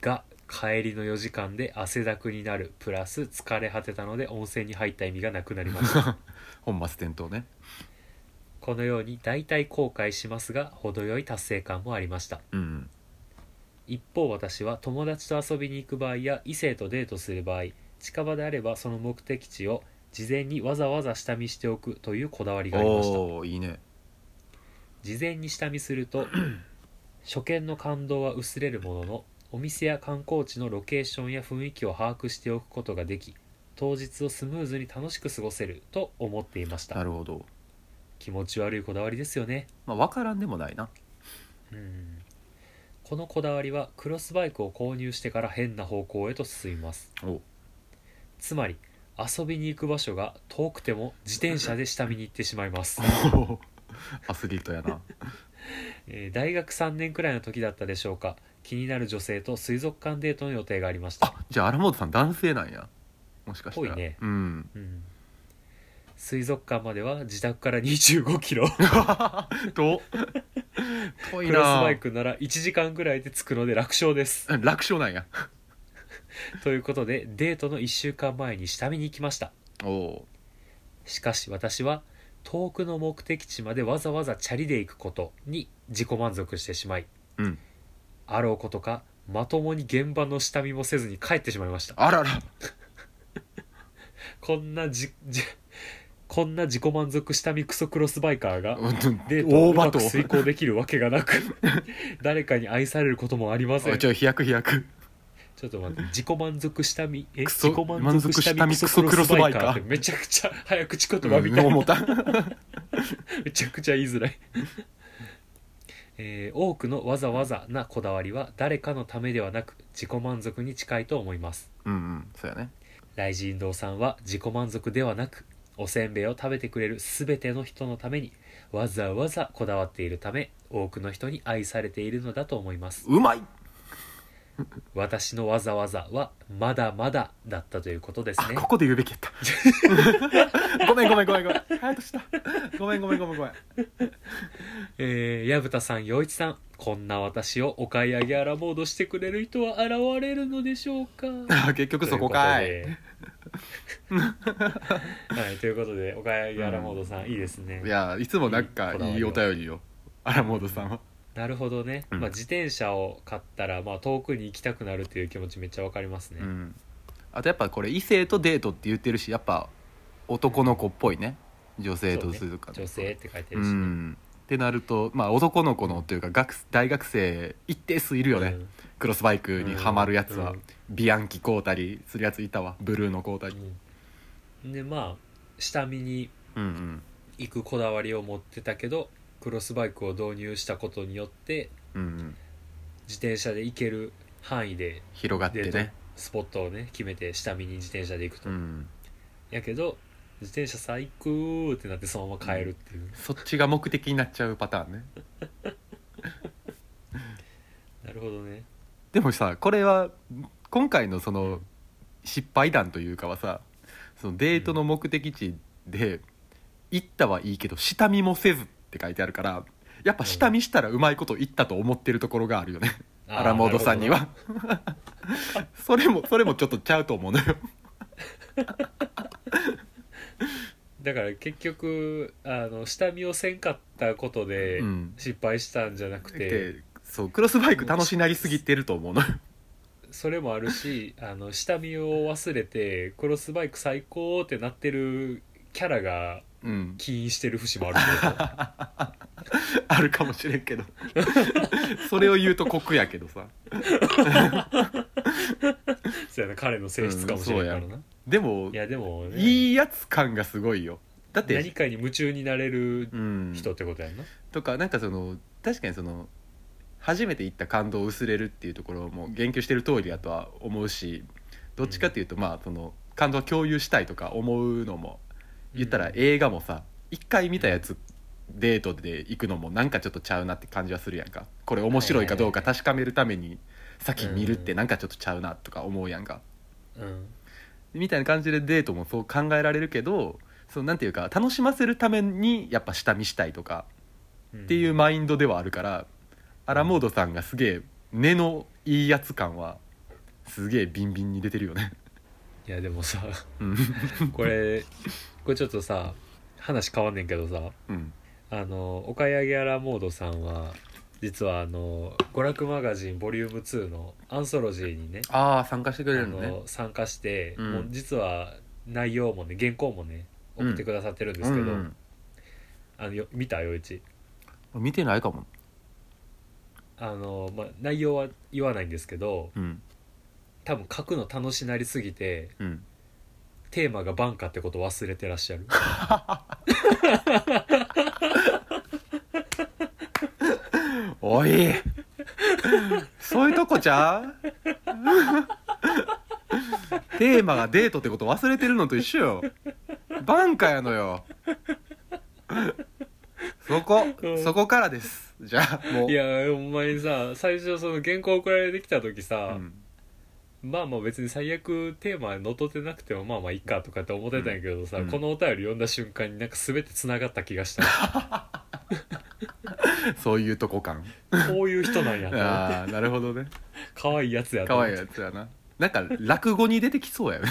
[SPEAKER 1] が帰りの4時間で汗だくになるプラス疲れ果てたので温泉に入った意味がなくなりま した
[SPEAKER 2] 本末転倒ね
[SPEAKER 1] このように大体後悔しますが程よい達成感もありました
[SPEAKER 2] うん
[SPEAKER 1] 一方私は友達と遊びに行く場合や異性とデートする場合近場であればその目的地を事前にわざわざ下見しておくというこだわりがありました
[SPEAKER 2] おおいいね
[SPEAKER 1] 事前に下見すると初見の感動は薄れるもののお店や観光地のロケーションや雰囲気を把握しておくことができ当日をスムーズに楽しく過ごせると思っていまし
[SPEAKER 2] な
[SPEAKER 1] た
[SPEAKER 2] るほど
[SPEAKER 1] 気持ち悪いこだわりですよね
[SPEAKER 2] まあ分からんでもないな
[SPEAKER 1] うんこのこだわりはクロスバイクを購入してから変な方向へと進みます
[SPEAKER 2] お
[SPEAKER 1] つまり遊びに行く場所が遠くても自転車で下見に行ってしまい ます、
[SPEAKER 2] アスリートやな
[SPEAKER 1] えー大学3年くらいの時だったでしょうか気になる女性と水族館デートの予定がありました
[SPEAKER 2] あじゃあ荒本さん男性なんやもしかしたら
[SPEAKER 1] ぽいね
[SPEAKER 2] うん
[SPEAKER 1] うん水族館までは自宅から25キロク
[SPEAKER 2] と遠い
[SPEAKER 1] ロスバ
[SPEAKER 2] な
[SPEAKER 1] イクなら1時間ぐらいで着くので楽勝 です
[SPEAKER 2] 楽勝なんや
[SPEAKER 1] ということでデートの1週間前に下見に行きました
[SPEAKER 2] おお
[SPEAKER 1] しかし私は遠くの目的地までわざわざチャリで行くことに自己満足してしまい
[SPEAKER 2] うん
[SPEAKER 1] あろうことかまともに現場の下見もせずに帰ってしまいました
[SPEAKER 2] あらら
[SPEAKER 1] こんなじじ こんな自己満足下見クソクロスバイカーがデートを
[SPEAKER 2] 大
[SPEAKER 1] うま
[SPEAKER 2] バ
[SPEAKER 1] く
[SPEAKER 2] ト
[SPEAKER 1] 遂行できるわけがな く誰かに愛されることもありません
[SPEAKER 2] あちょ飛躍飛躍
[SPEAKER 1] ちょっと待って自己満足したみえ
[SPEAKER 2] クソ
[SPEAKER 1] 自己満足したみ
[SPEAKER 2] 満
[SPEAKER 1] ク
[SPEAKER 2] 足
[SPEAKER 1] ソ
[SPEAKER 2] 下見
[SPEAKER 1] クロスバイ
[SPEAKER 2] クソクロスバイカ
[SPEAKER 1] カー
[SPEAKER 2] ー
[SPEAKER 1] ってめちゃくちゃ早口言葉みたいな、
[SPEAKER 2] 思った
[SPEAKER 1] めちゃくちゃ言いづらい、えー多くのわざわざなこだわりは誰かのためではなく自己満足に近いと思います
[SPEAKER 2] うんうんそうやね
[SPEAKER 1] 雷神堂さんは自己満足ではなくおせんべいを食べてくれる全ての人のためにわざわざこだわっているため多くの人に愛されているのだと思います
[SPEAKER 2] うまい
[SPEAKER 1] 私のわざわざはまだまだだったということです
[SPEAKER 2] あ
[SPEAKER 1] ね
[SPEAKER 2] ここで言うべきやった ごめんごめんごめんごめん早としたごめんごめんごめんごめん
[SPEAKER 1] えー、矢蓋さん陽一さんこんな私をお買い上げアラモードしてくれる人は現れるのでしょうか
[SPEAKER 2] あ 結局そこかい
[SPEAKER 1] ということではいということでお買い上げアラモードさん、いいですね
[SPEAKER 2] いやいつもなんかいいお便りよアラモードさんは
[SPEAKER 1] なるほどね、
[SPEAKER 2] うん
[SPEAKER 1] まあ、自転車を買ったら、まあ、遠くに行きたくなるっていう気持ちめっちゃわかりますね、
[SPEAKER 2] うんあとやっぱこれ異性とデートって言ってるしやっぱ男の子っぽいね女性
[SPEAKER 1] そう
[SPEAKER 2] と
[SPEAKER 1] ね
[SPEAKER 2] するから、
[SPEAKER 1] 女性って書いて
[SPEAKER 2] う
[SPEAKER 1] るしね、
[SPEAKER 2] んってなるとまあ男の子のというか学大学生一定数いるよね、
[SPEAKER 1] うん
[SPEAKER 2] クロスバイクにはまるやつは、
[SPEAKER 1] うん
[SPEAKER 2] ビアンキ買うたりするやついたわブルーの買うたり
[SPEAKER 1] うんでまあ下見に
[SPEAKER 2] うんうん
[SPEAKER 1] 行くこだわりを持ってたけどクロスバイクを導入したことによって
[SPEAKER 2] うんうん
[SPEAKER 1] 自転車で行ける範囲で
[SPEAKER 2] 広がっ
[SPEAKER 1] デ
[SPEAKER 2] て
[SPEAKER 1] ート
[SPEAKER 2] ね
[SPEAKER 1] スポットをね決めて下見に自転車で行くと、
[SPEAKER 2] うん
[SPEAKER 1] やけど自転車最高ってなってそのまま帰るっていう、
[SPEAKER 2] そっちが目的になっちゃうパターンね
[SPEAKER 1] なるほどね
[SPEAKER 2] でもさこれは今回のその失敗談というかはさそのデートの目的地で行ったはいいけど下見もせずって書いてあるからやっぱ下見したらうまいこと言ったと思ってるところがあるよね、
[SPEAKER 1] あー
[SPEAKER 2] アラモードさんに
[SPEAKER 1] なる
[SPEAKER 2] は それもそれもちょっとちゃうと思うのよ
[SPEAKER 1] だから結局あの下見をせんかったことで
[SPEAKER 2] うん
[SPEAKER 1] 失敗したんじゃなくて、
[SPEAKER 2] でそうクロスバイク楽しなりすぎてると思うのよ
[SPEAKER 1] それもある しあの下見を忘れてクロスバイク最高ってなってるキャラが
[SPEAKER 2] うん
[SPEAKER 1] 起因してる節もあるけど
[SPEAKER 2] あるかもしれんけど それを言うと酷やけどさ
[SPEAKER 1] そうやな彼の性質かもしれないからな、
[SPEAKER 2] うんそでも
[SPEAKER 1] いやでもね
[SPEAKER 2] いいやつ感がすごいよだって
[SPEAKER 1] 何かに夢中になれる
[SPEAKER 2] うん、
[SPEAKER 1] 人ってことやんな、
[SPEAKER 2] とかなんかその確かにその初めて行った感動を薄れるっていうところも言及してる通りやとは思うしどっちかっていうと、まあその感動を共有したいとか思うのも言ったら
[SPEAKER 1] うん
[SPEAKER 2] 映画もさ一回見たやつデートで行くのもなんかちょっとちゃうなって感じはするやんかこれ面白いかどうか確かめるために先見るってなんかちょっとちゃうなとか思うやんか
[SPEAKER 1] うん
[SPEAKER 2] みたいな感じでデートもそう考えられるけどそのなんていうか楽しませるためにやっぱ下見したいとか
[SPEAKER 1] っ
[SPEAKER 2] っていうマインドではあるから、アラモードさんがすげえ根のいいやつ感はすげえビンビンに出てるよね。
[SPEAKER 1] いやでもさ
[SPEAKER 2] うん
[SPEAKER 1] これこれちょっとさ話変わんねんけどさ
[SPEAKER 2] うん
[SPEAKER 1] あのお買い上げアラモードさんは実はあの娯楽マガジンボリューム2のアンソロジーにね
[SPEAKER 2] ああ参加してく
[SPEAKER 1] あ
[SPEAKER 2] れるのね
[SPEAKER 1] の。参加して、
[SPEAKER 2] うん
[SPEAKER 1] もう実は内容もね原稿もね送ってくださってるんですけど、
[SPEAKER 2] うん
[SPEAKER 1] あのよ見たよいち
[SPEAKER 2] うん見てないかも。
[SPEAKER 1] あの、まあ、内容は言わないんですけど
[SPEAKER 2] うん
[SPEAKER 1] 多分書くの楽しなりすぎて
[SPEAKER 2] うん。
[SPEAKER 1] テーマがバンカってこと忘れてらっしゃる
[SPEAKER 2] おいそういうとこちゃうテーマがデートってこと忘れてるのと一緒よバンカやのよそこ
[SPEAKER 1] うん
[SPEAKER 2] そこからですじゃあもう
[SPEAKER 1] いやお前さ最初その原稿送られてきた時さ、
[SPEAKER 2] うん
[SPEAKER 1] まあまあ別に最悪テーマにのっとってなくてもまあまあいいかとかって思ってたんやけどさ、
[SPEAKER 2] うん
[SPEAKER 1] このお便り読んだ瞬間になんか全て繋がった気がした
[SPEAKER 2] そういうとこ感
[SPEAKER 1] こういう人なんやと思って
[SPEAKER 2] ああなるほどね
[SPEAKER 1] 可愛いやつやと
[SPEAKER 2] 可
[SPEAKER 1] 思っ
[SPEAKER 2] 愛い
[SPEAKER 1] て
[SPEAKER 2] やつやななん か落語に出てきそうやね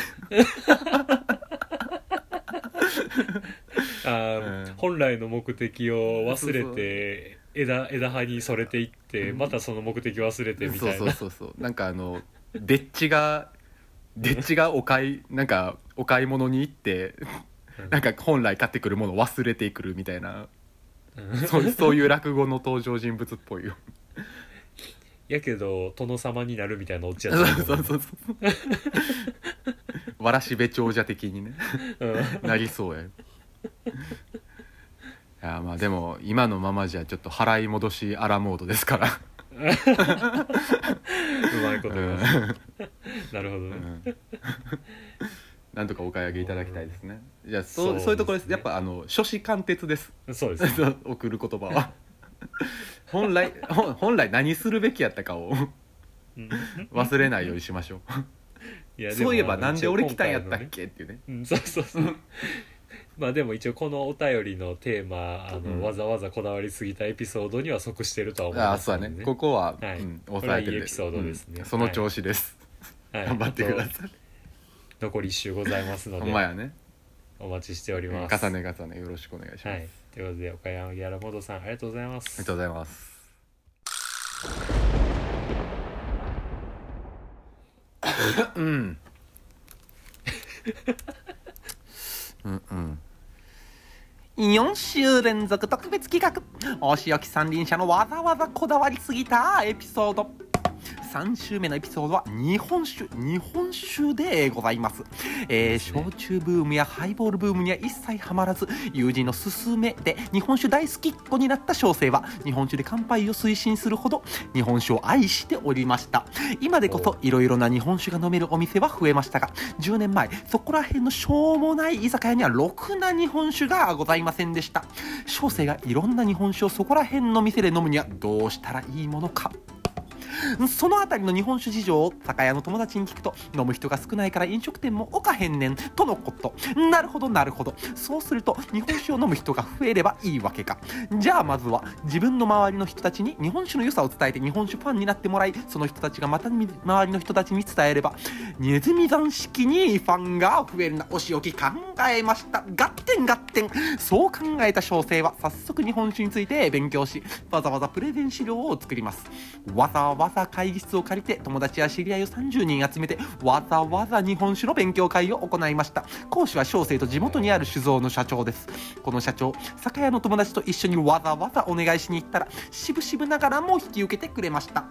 [SPEAKER 1] あー
[SPEAKER 2] うん
[SPEAKER 1] 本来の目的を忘れ
[SPEAKER 2] そう
[SPEAKER 1] て枝枝葉にそれていって
[SPEAKER 2] うん
[SPEAKER 1] またその目的忘れてみ
[SPEAKER 2] そ
[SPEAKER 1] た
[SPEAKER 2] う
[SPEAKER 1] い
[SPEAKER 2] そう
[SPEAKER 1] な
[SPEAKER 2] そうそうなんかあのでっちがでっちがお買いなんかお買い物に行って
[SPEAKER 1] うん
[SPEAKER 2] なんか本来買ってくるものを忘れてくるみたいな
[SPEAKER 1] うん
[SPEAKER 2] そうそういう落語の登場人物っぽいよ
[SPEAKER 1] やけど殿様になるみたいなオチ
[SPEAKER 2] そ
[SPEAKER 1] や
[SPEAKER 2] う
[SPEAKER 1] っ
[SPEAKER 2] そう
[SPEAKER 1] た
[SPEAKER 2] そうそうわらしべ長者的にね
[SPEAKER 1] うん
[SPEAKER 2] なりそうやいやまあでも今のままじゃちょっと払い戻しアラモードですから
[SPEAKER 1] うまいこと言いましたなるほど
[SPEAKER 2] う
[SPEAKER 1] ね
[SPEAKER 2] んなんとかお買い上げいただきたいですねじゃあそ
[SPEAKER 1] そう
[SPEAKER 2] うそう,、
[SPEAKER 1] ですね
[SPEAKER 2] いうところですやっぱあの書士貫徹です
[SPEAKER 1] そうですね
[SPEAKER 2] 送る言葉は本来ほん本来何するべきやったかを
[SPEAKER 1] うん
[SPEAKER 2] 忘れないようにしましょう
[SPEAKER 1] やでも
[SPEAKER 2] そういえばなんで俺来たんやったっ
[SPEAKER 1] 一応今回のね
[SPEAKER 2] けっていうね
[SPEAKER 1] うんそうそうそうまあでも一応このお便りのテーマあの、
[SPEAKER 2] うん
[SPEAKER 1] わざわざこだわりすぎたエピソードには即してるとは思い
[SPEAKER 2] あ
[SPEAKER 1] ま
[SPEAKER 2] あ
[SPEAKER 1] す
[SPEAKER 2] そう
[SPEAKER 1] の
[SPEAKER 2] だ
[SPEAKER 1] で
[SPEAKER 2] ねここは、
[SPEAKER 1] はい
[SPEAKER 2] うん、抑えて
[SPEAKER 1] これはいい
[SPEAKER 2] る
[SPEAKER 1] エピソードですね
[SPEAKER 2] うんその調子です、
[SPEAKER 1] はい
[SPEAKER 2] 頑張ってくだ
[SPEAKER 1] あ
[SPEAKER 2] さい、
[SPEAKER 1] と残り1週ございますの
[SPEAKER 2] ほ
[SPEAKER 1] で
[SPEAKER 2] んまやね
[SPEAKER 1] お待ちしており
[SPEAKER 2] 重
[SPEAKER 1] ま
[SPEAKER 2] ね
[SPEAKER 1] す
[SPEAKER 2] 重ねよろしくお願いします、
[SPEAKER 1] は
[SPEAKER 2] あ
[SPEAKER 1] い
[SPEAKER 2] り
[SPEAKER 1] ということで岡山ギャラモードさんありがとうございます
[SPEAKER 2] がとうございますうん。うんうん。
[SPEAKER 4] 4週連続特別企画お仕置き三輪車のわざわざこだわりすぎたエピソード3週目のエピソードは日本酒日本酒でございます、えー焼酎ブームやハイボールブームには一切ハマらず友人の勧めで日本酒大好きっ子になった小生は日本酒で乾杯を推進するほど日本酒を愛しておりました今でこそいろいろな日本酒が飲めるお店は増えましたが10年前そこら辺のしょうもない居酒屋にはろくな日本酒がございませんでした小生がいろんな日本酒をそこら辺の店で飲むにはどうしたらいいものかそのあたりの日本酒事情を酒屋の友達に聞くと飲む人が少ないから飲食店も置かへんねんとのことなるほどなるほどそうすると日本酒を飲む人が増えればいいわけかじゃあまずは自分の周りの人たちに日本酒の良さを伝えて日本酒ファンになってもらいその人たちがまたみ周りの人たちに伝えればネズミ山式にファンが増えるなお仕置き考えました合点合点そう考えた小生は早速日本酒について勉強しわざわざプレゼン資料を作りますわざわざ会議室を借りて友達や知り合いを30人集めてわざわざ日本酒の勉強会を行いました講師は小生と地元にある酒造の社長ですこの社長酒屋の友達と一緒にわざわざお願いしに行ったら渋々ながらも引き受けてくれました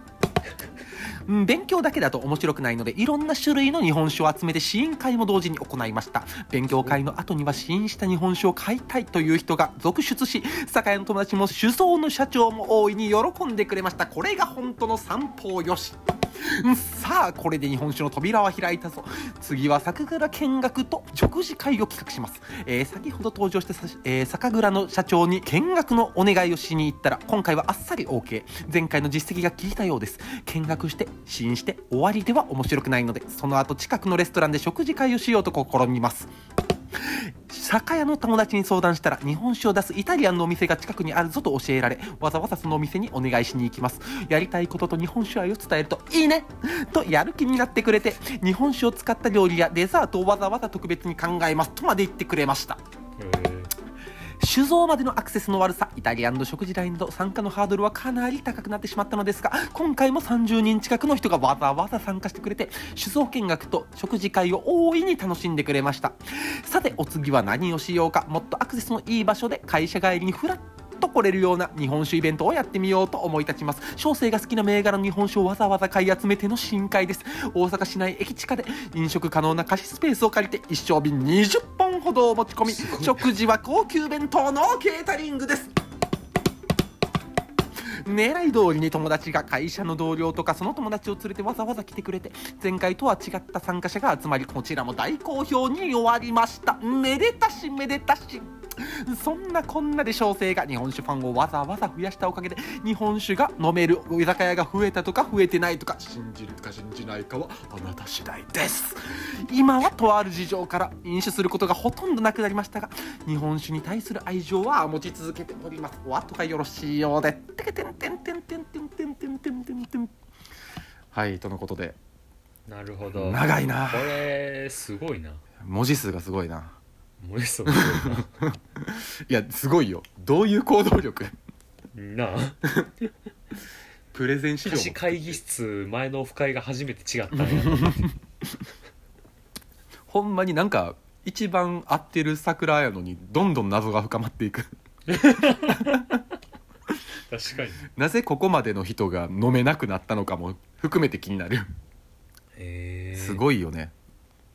[SPEAKER 4] うん勉強だけだと面白くないのでいろんな種類の日本酒を集めて試飲会も同時に行いました勉強会の後には試飲した日本酒を買いたいという人が続出し酒屋の友達も酒造の社長も大いに喜んでくれましたこれが本当の三方よしうん さあこれで日本酒の扉は開いたぞ次は酒蔵見学と食事会を企画します、えー先ほど登場したさし、えー酒蔵の社長に見学のお願いをしに行ったら今回はあっさり OK 前回の実績が効いたようです見学して試飲して終わりでは面白くないのでその後近くのレストランで食事会をしようと試みます酒屋の友達に相談したら日本酒を出すイタリアンのお店が近くにあるぞと教えられわざわざそのお店にお願いしに行きますやりたいことと日本酒愛を伝えるといいねとやる気になってくれて日本酒を使った料理やデザートをわざわざ特別に考えますとまで言ってくれました
[SPEAKER 1] え
[SPEAKER 4] 酒造までのアクセスの悪さイタリアンの食事代など参加のハードルはかなり高くなってしまったのですが今回も30人近くの人がわざわざ参加してくれて酒造見学と食事会を大いに楽しんでくれましたさてお次は何をしようかもっとアクセスのいい場所で会社帰りにふらっと来れるような日本酒イベントをやってみようと思い立ちます小生が好きな銘柄の日本酒をわざわざ買い集めての深海です大阪市内駅地下で飲食可能な貸しスペースを借りて一升瓶20本ほどを持ち込み食事は高級弁当のケータリングです狙い通りに友達が会社の同僚とかその友達を連れてわざわざ来てくれて前回とは違った参加者が集まりこちらも大好評に終わりましためでたしめでたしそんなこんなで小生が日本酒ファンをわざわざ増やしたおかげで日本酒が飲める居酒屋が増えたとか増えてないとか
[SPEAKER 2] 信じるか信じないかはあなた次第
[SPEAKER 4] です今はとある事情から飲酒することがほとんどなくなりましたが日本酒に対する愛情は持ち続けておりますお後がよろしいようでてけてんてんてんてんてんてんてんてんてんてん
[SPEAKER 2] はいとのことで
[SPEAKER 1] ーなるほど
[SPEAKER 2] 長いな
[SPEAKER 1] これすごいな
[SPEAKER 2] 文字数がすごいな
[SPEAKER 1] もやしさんもす
[SPEAKER 2] いやすごいよどういう行動力
[SPEAKER 1] ごい ななあ
[SPEAKER 2] プレゼン資料も
[SPEAKER 1] 貸し会議室前のオフ会が初めて違った んやと思って
[SPEAKER 2] ほんまになんか一番合ってる桜やのにどんどん謎が深まっていく
[SPEAKER 1] 確かに
[SPEAKER 2] なぜここまでの人が飲めなくなったのかも含めて気になる
[SPEAKER 1] えー、
[SPEAKER 2] す
[SPEAKER 1] い
[SPEAKER 2] ごいよね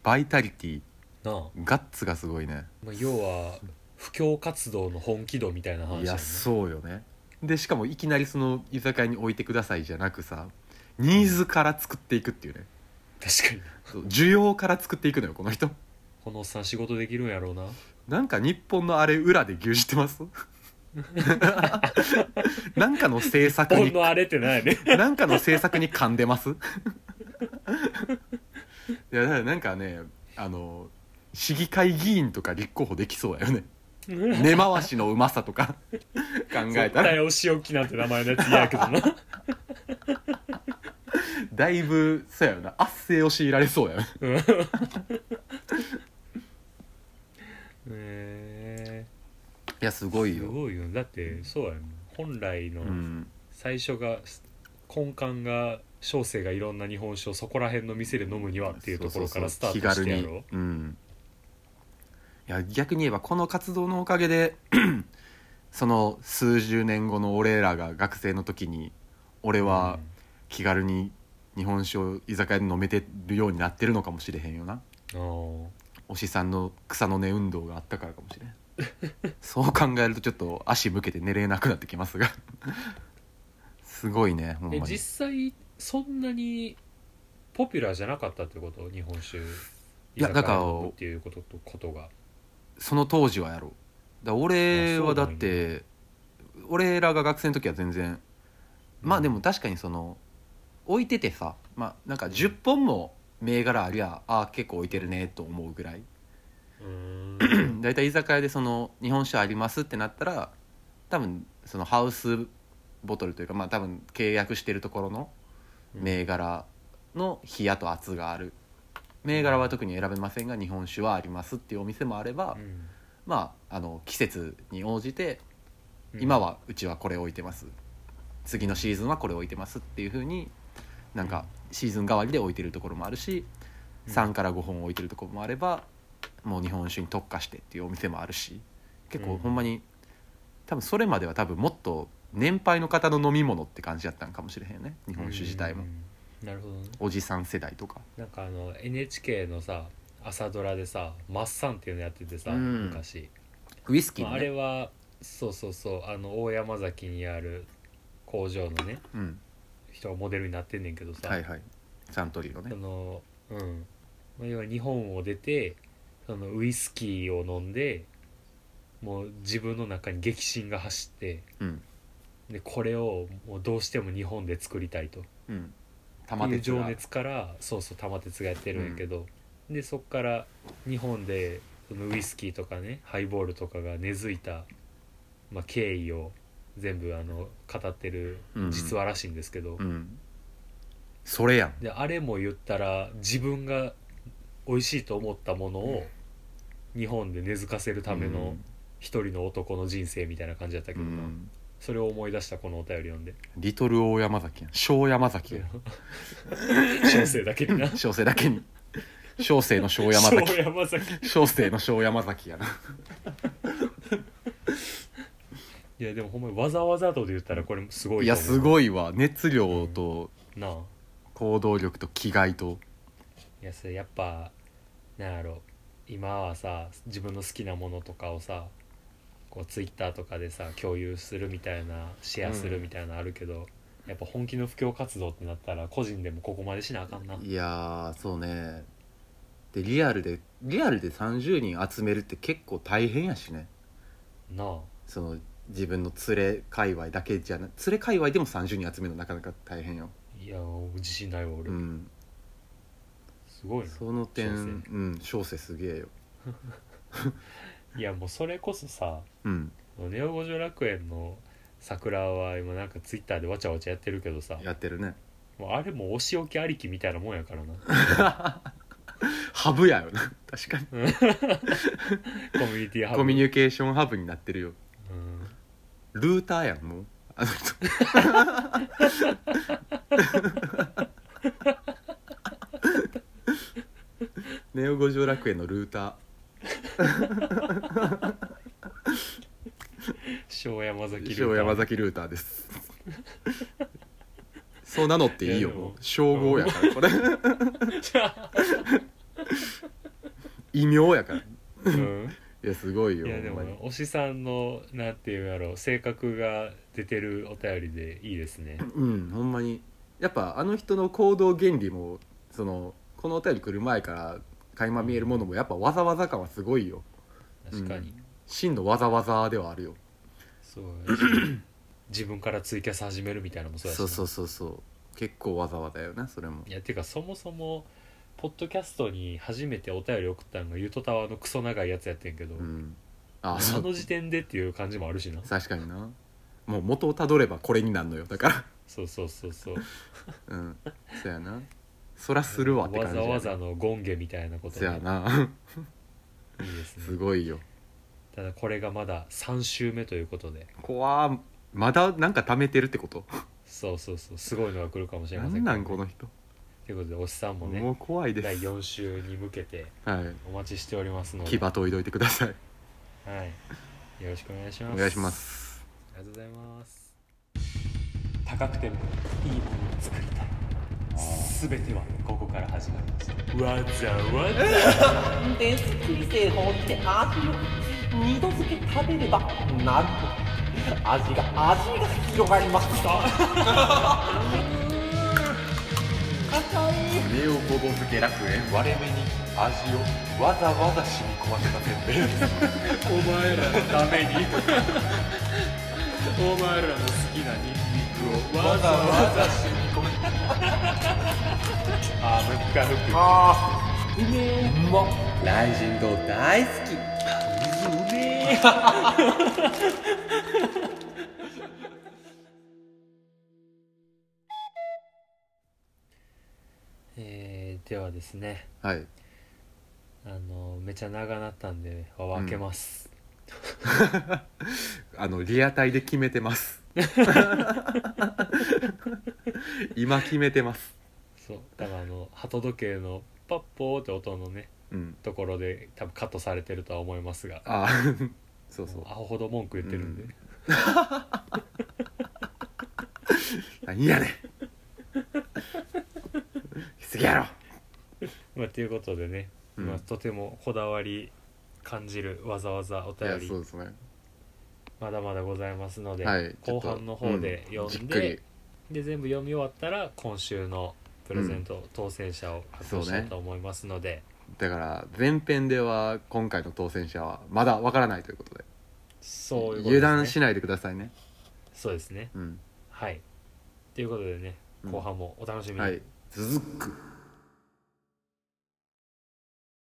[SPEAKER 2] バイタリティ
[SPEAKER 1] なあ
[SPEAKER 2] ガッツがすごいね
[SPEAKER 1] まあ、要は布教活動の本気度みたいな話
[SPEAKER 2] いやそうよねでしかもいきなりその居酒屋に置いてくださいじゃなくさニーズから作っていくっていうね
[SPEAKER 1] 確かに
[SPEAKER 2] そう需要から作っていくのよこの人
[SPEAKER 1] このおっさん仕事できるんやろうな
[SPEAKER 2] なんか日本のあれ裏で牛耳ってます なんかの制作
[SPEAKER 1] 本
[SPEAKER 2] に
[SPEAKER 1] のあれってないね
[SPEAKER 2] なんかの制作に噛んでますいやだからなんかねあの市議会議員とか立候補できそうやよね根回しのうまさと か考え
[SPEAKER 1] 絶
[SPEAKER 2] たら
[SPEAKER 1] 対お仕置きなんて名前のやつ嫌やけどな
[SPEAKER 2] だいぶそうやよな圧政を強いられそうやよね
[SPEAKER 1] うんえ
[SPEAKER 2] いやすご
[SPEAKER 1] ー、
[SPEAKER 2] い
[SPEAKER 1] す
[SPEAKER 2] よ、
[SPEAKER 1] ごいよだってそうやもん本来の
[SPEAKER 2] うん、
[SPEAKER 1] 最初が根幹が小生がいろんな日本酒をそこら辺の店で飲むにはっていうところからスタートしてやろう
[SPEAKER 2] そうそうそう気軽にうんいや逆に言えばこの活動のおかげで その数十年後の俺らが学生の時に俺は、気軽に日本酒を居酒屋で飲めてるようになってるのかもしれへんよな
[SPEAKER 1] うんあ
[SPEAKER 2] おしさんの草の根運動があったからかもしれん そう考えるとちょっと足向けて寝れなくなってきますがすごいねほん
[SPEAKER 1] ーえ
[SPEAKER 2] まに
[SPEAKER 1] 実際そんなにポピュラーじゃなかったってこと日本酒
[SPEAKER 2] いやだから
[SPEAKER 1] 居酒屋で飲むっていうこととことが
[SPEAKER 2] その当時はやろうだ俺はだっ
[SPEAKER 1] あそ
[SPEAKER 2] て俺らが学生の時は全然まあでも確かにその置いててさまあなんか10本も銘柄ありゃああ結構置いてるねと思うぐらいう
[SPEAKER 1] ーん
[SPEAKER 2] 大体居酒屋でその日本酒ありますってなったら多分そのハウスボトルというかまあ多分契約してるところの銘柄の冷やと厚がある銘柄は特に選べませんが日本酒はありますっていうお店もあれば、
[SPEAKER 1] うん
[SPEAKER 2] まああの季節に応じて今はうちはこれ置いてます次のシーズンはこれ置いてますっていう風になんかシーズン代わりで置いてるところもあるし
[SPEAKER 1] うん
[SPEAKER 2] 3から5本置いてるところもあればもう日本酒に特化してっていうお店もあるし結
[SPEAKER 1] う
[SPEAKER 2] 構
[SPEAKER 1] ん
[SPEAKER 2] ほんまに多分それまでは多分もっと年配の方の飲み物って感じだったんかもしれへんね日本酒自体も
[SPEAKER 1] うんなるほどね
[SPEAKER 2] おじさん世代とか
[SPEAKER 1] なんかあの NHK のさ朝ドラでさ「マッサン」っていうのやっててさ、
[SPEAKER 2] うん
[SPEAKER 1] 昔、
[SPEAKER 2] ウイスキー
[SPEAKER 1] まあ、
[SPEAKER 2] の
[SPEAKER 1] あれ
[SPEAKER 2] ね
[SPEAKER 1] はそうそうそうあの大山崎にある工場のね
[SPEAKER 2] うん
[SPEAKER 1] 人がモデルになってんねんけどさ、
[SPEAKER 2] はいはいサントリーの
[SPEAKER 1] そ
[SPEAKER 2] ね
[SPEAKER 1] のうんまあ要は日本を出てそのウイスキーを飲んでもう自分の中に激震が走って
[SPEAKER 2] うん
[SPEAKER 1] でこれをもうどうしても日本で作りたいと
[SPEAKER 2] う
[SPEAKER 1] っ
[SPEAKER 2] ん玉
[SPEAKER 1] ていう
[SPEAKER 2] 鉄
[SPEAKER 1] 情
[SPEAKER 2] が
[SPEAKER 1] 熱からそうそう玉鉄がやってるんやけど、でそっから日本でそのウイスキーとかねハイボールとかが根付いた、まあ、経緯を全部あの語ってる
[SPEAKER 2] うん
[SPEAKER 1] 実話らしいんですけど、
[SPEAKER 2] うんそれやん
[SPEAKER 1] であれも言ったら自分が美味しいと思ったものを日本で根付かせるための一人の男の人生みたいな感じだったけ
[SPEAKER 2] う
[SPEAKER 1] ど
[SPEAKER 2] ん、う
[SPEAKER 1] な、
[SPEAKER 2] ん
[SPEAKER 1] それを思い出したこのお便り読 んで
[SPEAKER 2] リトル大山崎やん小山崎やん
[SPEAKER 1] 小生だけにな
[SPEAKER 2] 小生だけ に小生の小山崎
[SPEAKER 1] 小山崎
[SPEAKER 2] 小生の小山崎やない
[SPEAKER 1] やでもほんまにわざわざとで言ったらこれすごい
[SPEAKER 2] いやす
[SPEAKER 1] い
[SPEAKER 2] ごいわ熱量と
[SPEAKER 1] なあ
[SPEAKER 2] 行動力と気概と
[SPEAKER 1] いやそれやっぱなんやろ今はさ自分の好きなものとかをさこうツイッターとかでさ共有するみたいなシェアするみたいなのあるけど、やっぱ本気の布教活動ってなったら個人でもここまでしなあかんない
[SPEAKER 2] やーそうねでリアルでリアルで30人集めるって結構大変やしね
[SPEAKER 1] なあ
[SPEAKER 2] その自分の連れ界隈だけじゃな連れ界隈でも30人集めるのなかなか大変よ
[SPEAKER 1] いや自信ないわ俺、
[SPEAKER 2] うん
[SPEAKER 1] すごいな
[SPEAKER 2] その点
[SPEAKER 1] 小
[SPEAKER 2] うん小生すげえよ
[SPEAKER 1] いやもうそれこそさ
[SPEAKER 2] うん
[SPEAKER 1] ネオ五条楽園の桜は今なんかツイッターでわちゃわちゃやってるけどさ
[SPEAKER 2] やってるね
[SPEAKER 1] もうあれもお仕置きありきみたいなもんやからな
[SPEAKER 2] ハブやよな 確かに
[SPEAKER 1] コミュニティハブ
[SPEAKER 2] コミュニケーションハブになってるよ
[SPEAKER 1] うん
[SPEAKER 2] ルーターやんもうあの人 ネオ五条楽園のルータ
[SPEAKER 1] 小山崎
[SPEAKER 2] ー
[SPEAKER 1] ルー
[SPEAKER 2] 小山崎ルーターです そう名乗っていいよ
[SPEAKER 1] いやでも
[SPEAKER 2] もう称号やから これ異名やからい
[SPEAKER 1] うん
[SPEAKER 2] やすごいよ
[SPEAKER 1] いやで
[SPEAKER 2] ほんまに
[SPEAKER 1] も推しさんのなんていうんやろう性格が出てるお便りでいいですね
[SPEAKER 2] うんほんまにやっぱあの人の行動原理もそのこのお便り来る前から垣間見えるものもやっぱわざわざ感はすごいよ
[SPEAKER 1] 確かに、
[SPEAKER 2] うん真のわざわざではあるよ
[SPEAKER 1] そうやし自分からツイキャス始めるみたいなのもそうやしな
[SPEAKER 2] そうそうそうそう結構わざわざよなそれも
[SPEAKER 1] いやてかそもそもポッドキャストに初めてお便り送ったのがゆとたわのクソ長いやつやってんけど、
[SPEAKER 2] うん
[SPEAKER 1] あ
[SPEAKER 2] あそう
[SPEAKER 1] の時点でっていう感じもあるしな
[SPEAKER 2] 確かになもう元をたどればこれになるのよだか
[SPEAKER 1] そうそうそうそう
[SPEAKER 2] らうんそやなそらするわって
[SPEAKER 1] わ
[SPEAKER 2] 感じ
[SPEAKER 1] ざ
[SPEAKER 2] やな
[SPEAKER 1] わざのゴンゲみたいなこと
[SPEAKER 2] そ
[SPEAKER 1] ね
[SPEAKER 2] やな
[SPEAKER 1] いいです
[SPEAKER 2] す
[SPEAKER 1] ね
[SPEAKER 2] ごいよ
[SPEAKER 1] ただこれがまだ3週目ということで
[SPEAKER 2] 怖ーまだなんか溜めてるってこと
[SPEAKER 1] そうそうそうすごいのが来るかもしれ
[SPEAKER 2] な
[SPEAKER 1] ません
[SPEAKER 2] ん
[SPEAKER 1] けど
[SPEAKER 2] なんこの人
[SPEAKER 1] ということでおっさんもね
[SPEAKER 2] もう怖いです
[SPEAKER 1] 第4週に向けて
[SPEAKER 2] はい
[SPEAKER 1] お待ちしておりますので、
[SPEAKER 2] 牙
[SPEAKER 1] は
[SPEAKER 2] 研いどいてください
[SPEAKER 1] い、よろしくお願いします
[SPEAKER 2] お願いします
[SPEAKER 1] ありがとうございます高くてもいいものを作りたいすべてはここから始まりますわざわ
[SPEAKER 4] 電子水製法って味を二度漬け食べればなるほど味が味が広がりま した硬い
[SPEAKER 2] ネオごぼ漬け楽園割れ目に味をわざわざ染み込ませたせんべい
[SPEAKER 1] ざお前らのためにお前らの好きなニンニクをわざわざ染み込め あーむっかむく
[SPEAKER 4] あーうめえうま
[SPEAKER 2] 雷神堂大好き
[SPEAKER 1] うめええーではですね
[SPEAKER 2] はい
[SPEAKER 1] あのめちゃ長なったんで分けます、
[SPEAKER 2] あのリアタイで決めてます 今決めてます
[SPEAKER 1] そうだからあの鳩時計のパッポーって音のね
[SPEAKER 2] うん
[SPEAKER 1] ところで多分カットされてるとは思いますが
[SPEAKER 2] ああ そうそう
[SPEAKER 1] もうアホほど文句言ってるんで、
[SPEAKER 2] うん何やねん すげやろ
[SPEAKER 1] まあということでね、
[SPEAKER 2] うん
[SPEAKER 1] まあ、とてもこだわり感じるわざわざお
[SPEAKER 2] いや
[SPEAKER 1] 便り
[SPEAKER 2] そうですね
[SPEAKER 1] まだまだございますので、
[SPEAKER 2] はいちょ
[SPEAKER 1] 後
[SPEAKER 2] っと
[SPEAKER 1] 半の方で
[SPEAKER 2] う
[SPEAKER 1] 読
[SPEAKER 2] じっ
[SPEAKER 1] ん
[SPEAKER 2] く
[SPEAKER 1] で
[SPEAKER 2] り、
[SPEAKER 1] で全部読み終わったら今週のプレゼント、当選者を発表し
[SPEAKER 2] そう
[SPEAKER 1] たい
[SPEAKER 2] ね
[SPEAKER 1] と思いますので
[SPEAKER 2] だから前編では今回の当選者はまだわからないということで
[SPEAKER 1] そう,、いうことですね
[SPEAKER 2] 油断しないでくださいね
[SPEAKER 1] そうですね
[SPEAKER 2] うん
[SPEAKER 1] はいということでね
[SPEAKER 2] うん
[SPEAKER 1] 後半もお楽しみに、
[SPEAKER 2] はい続く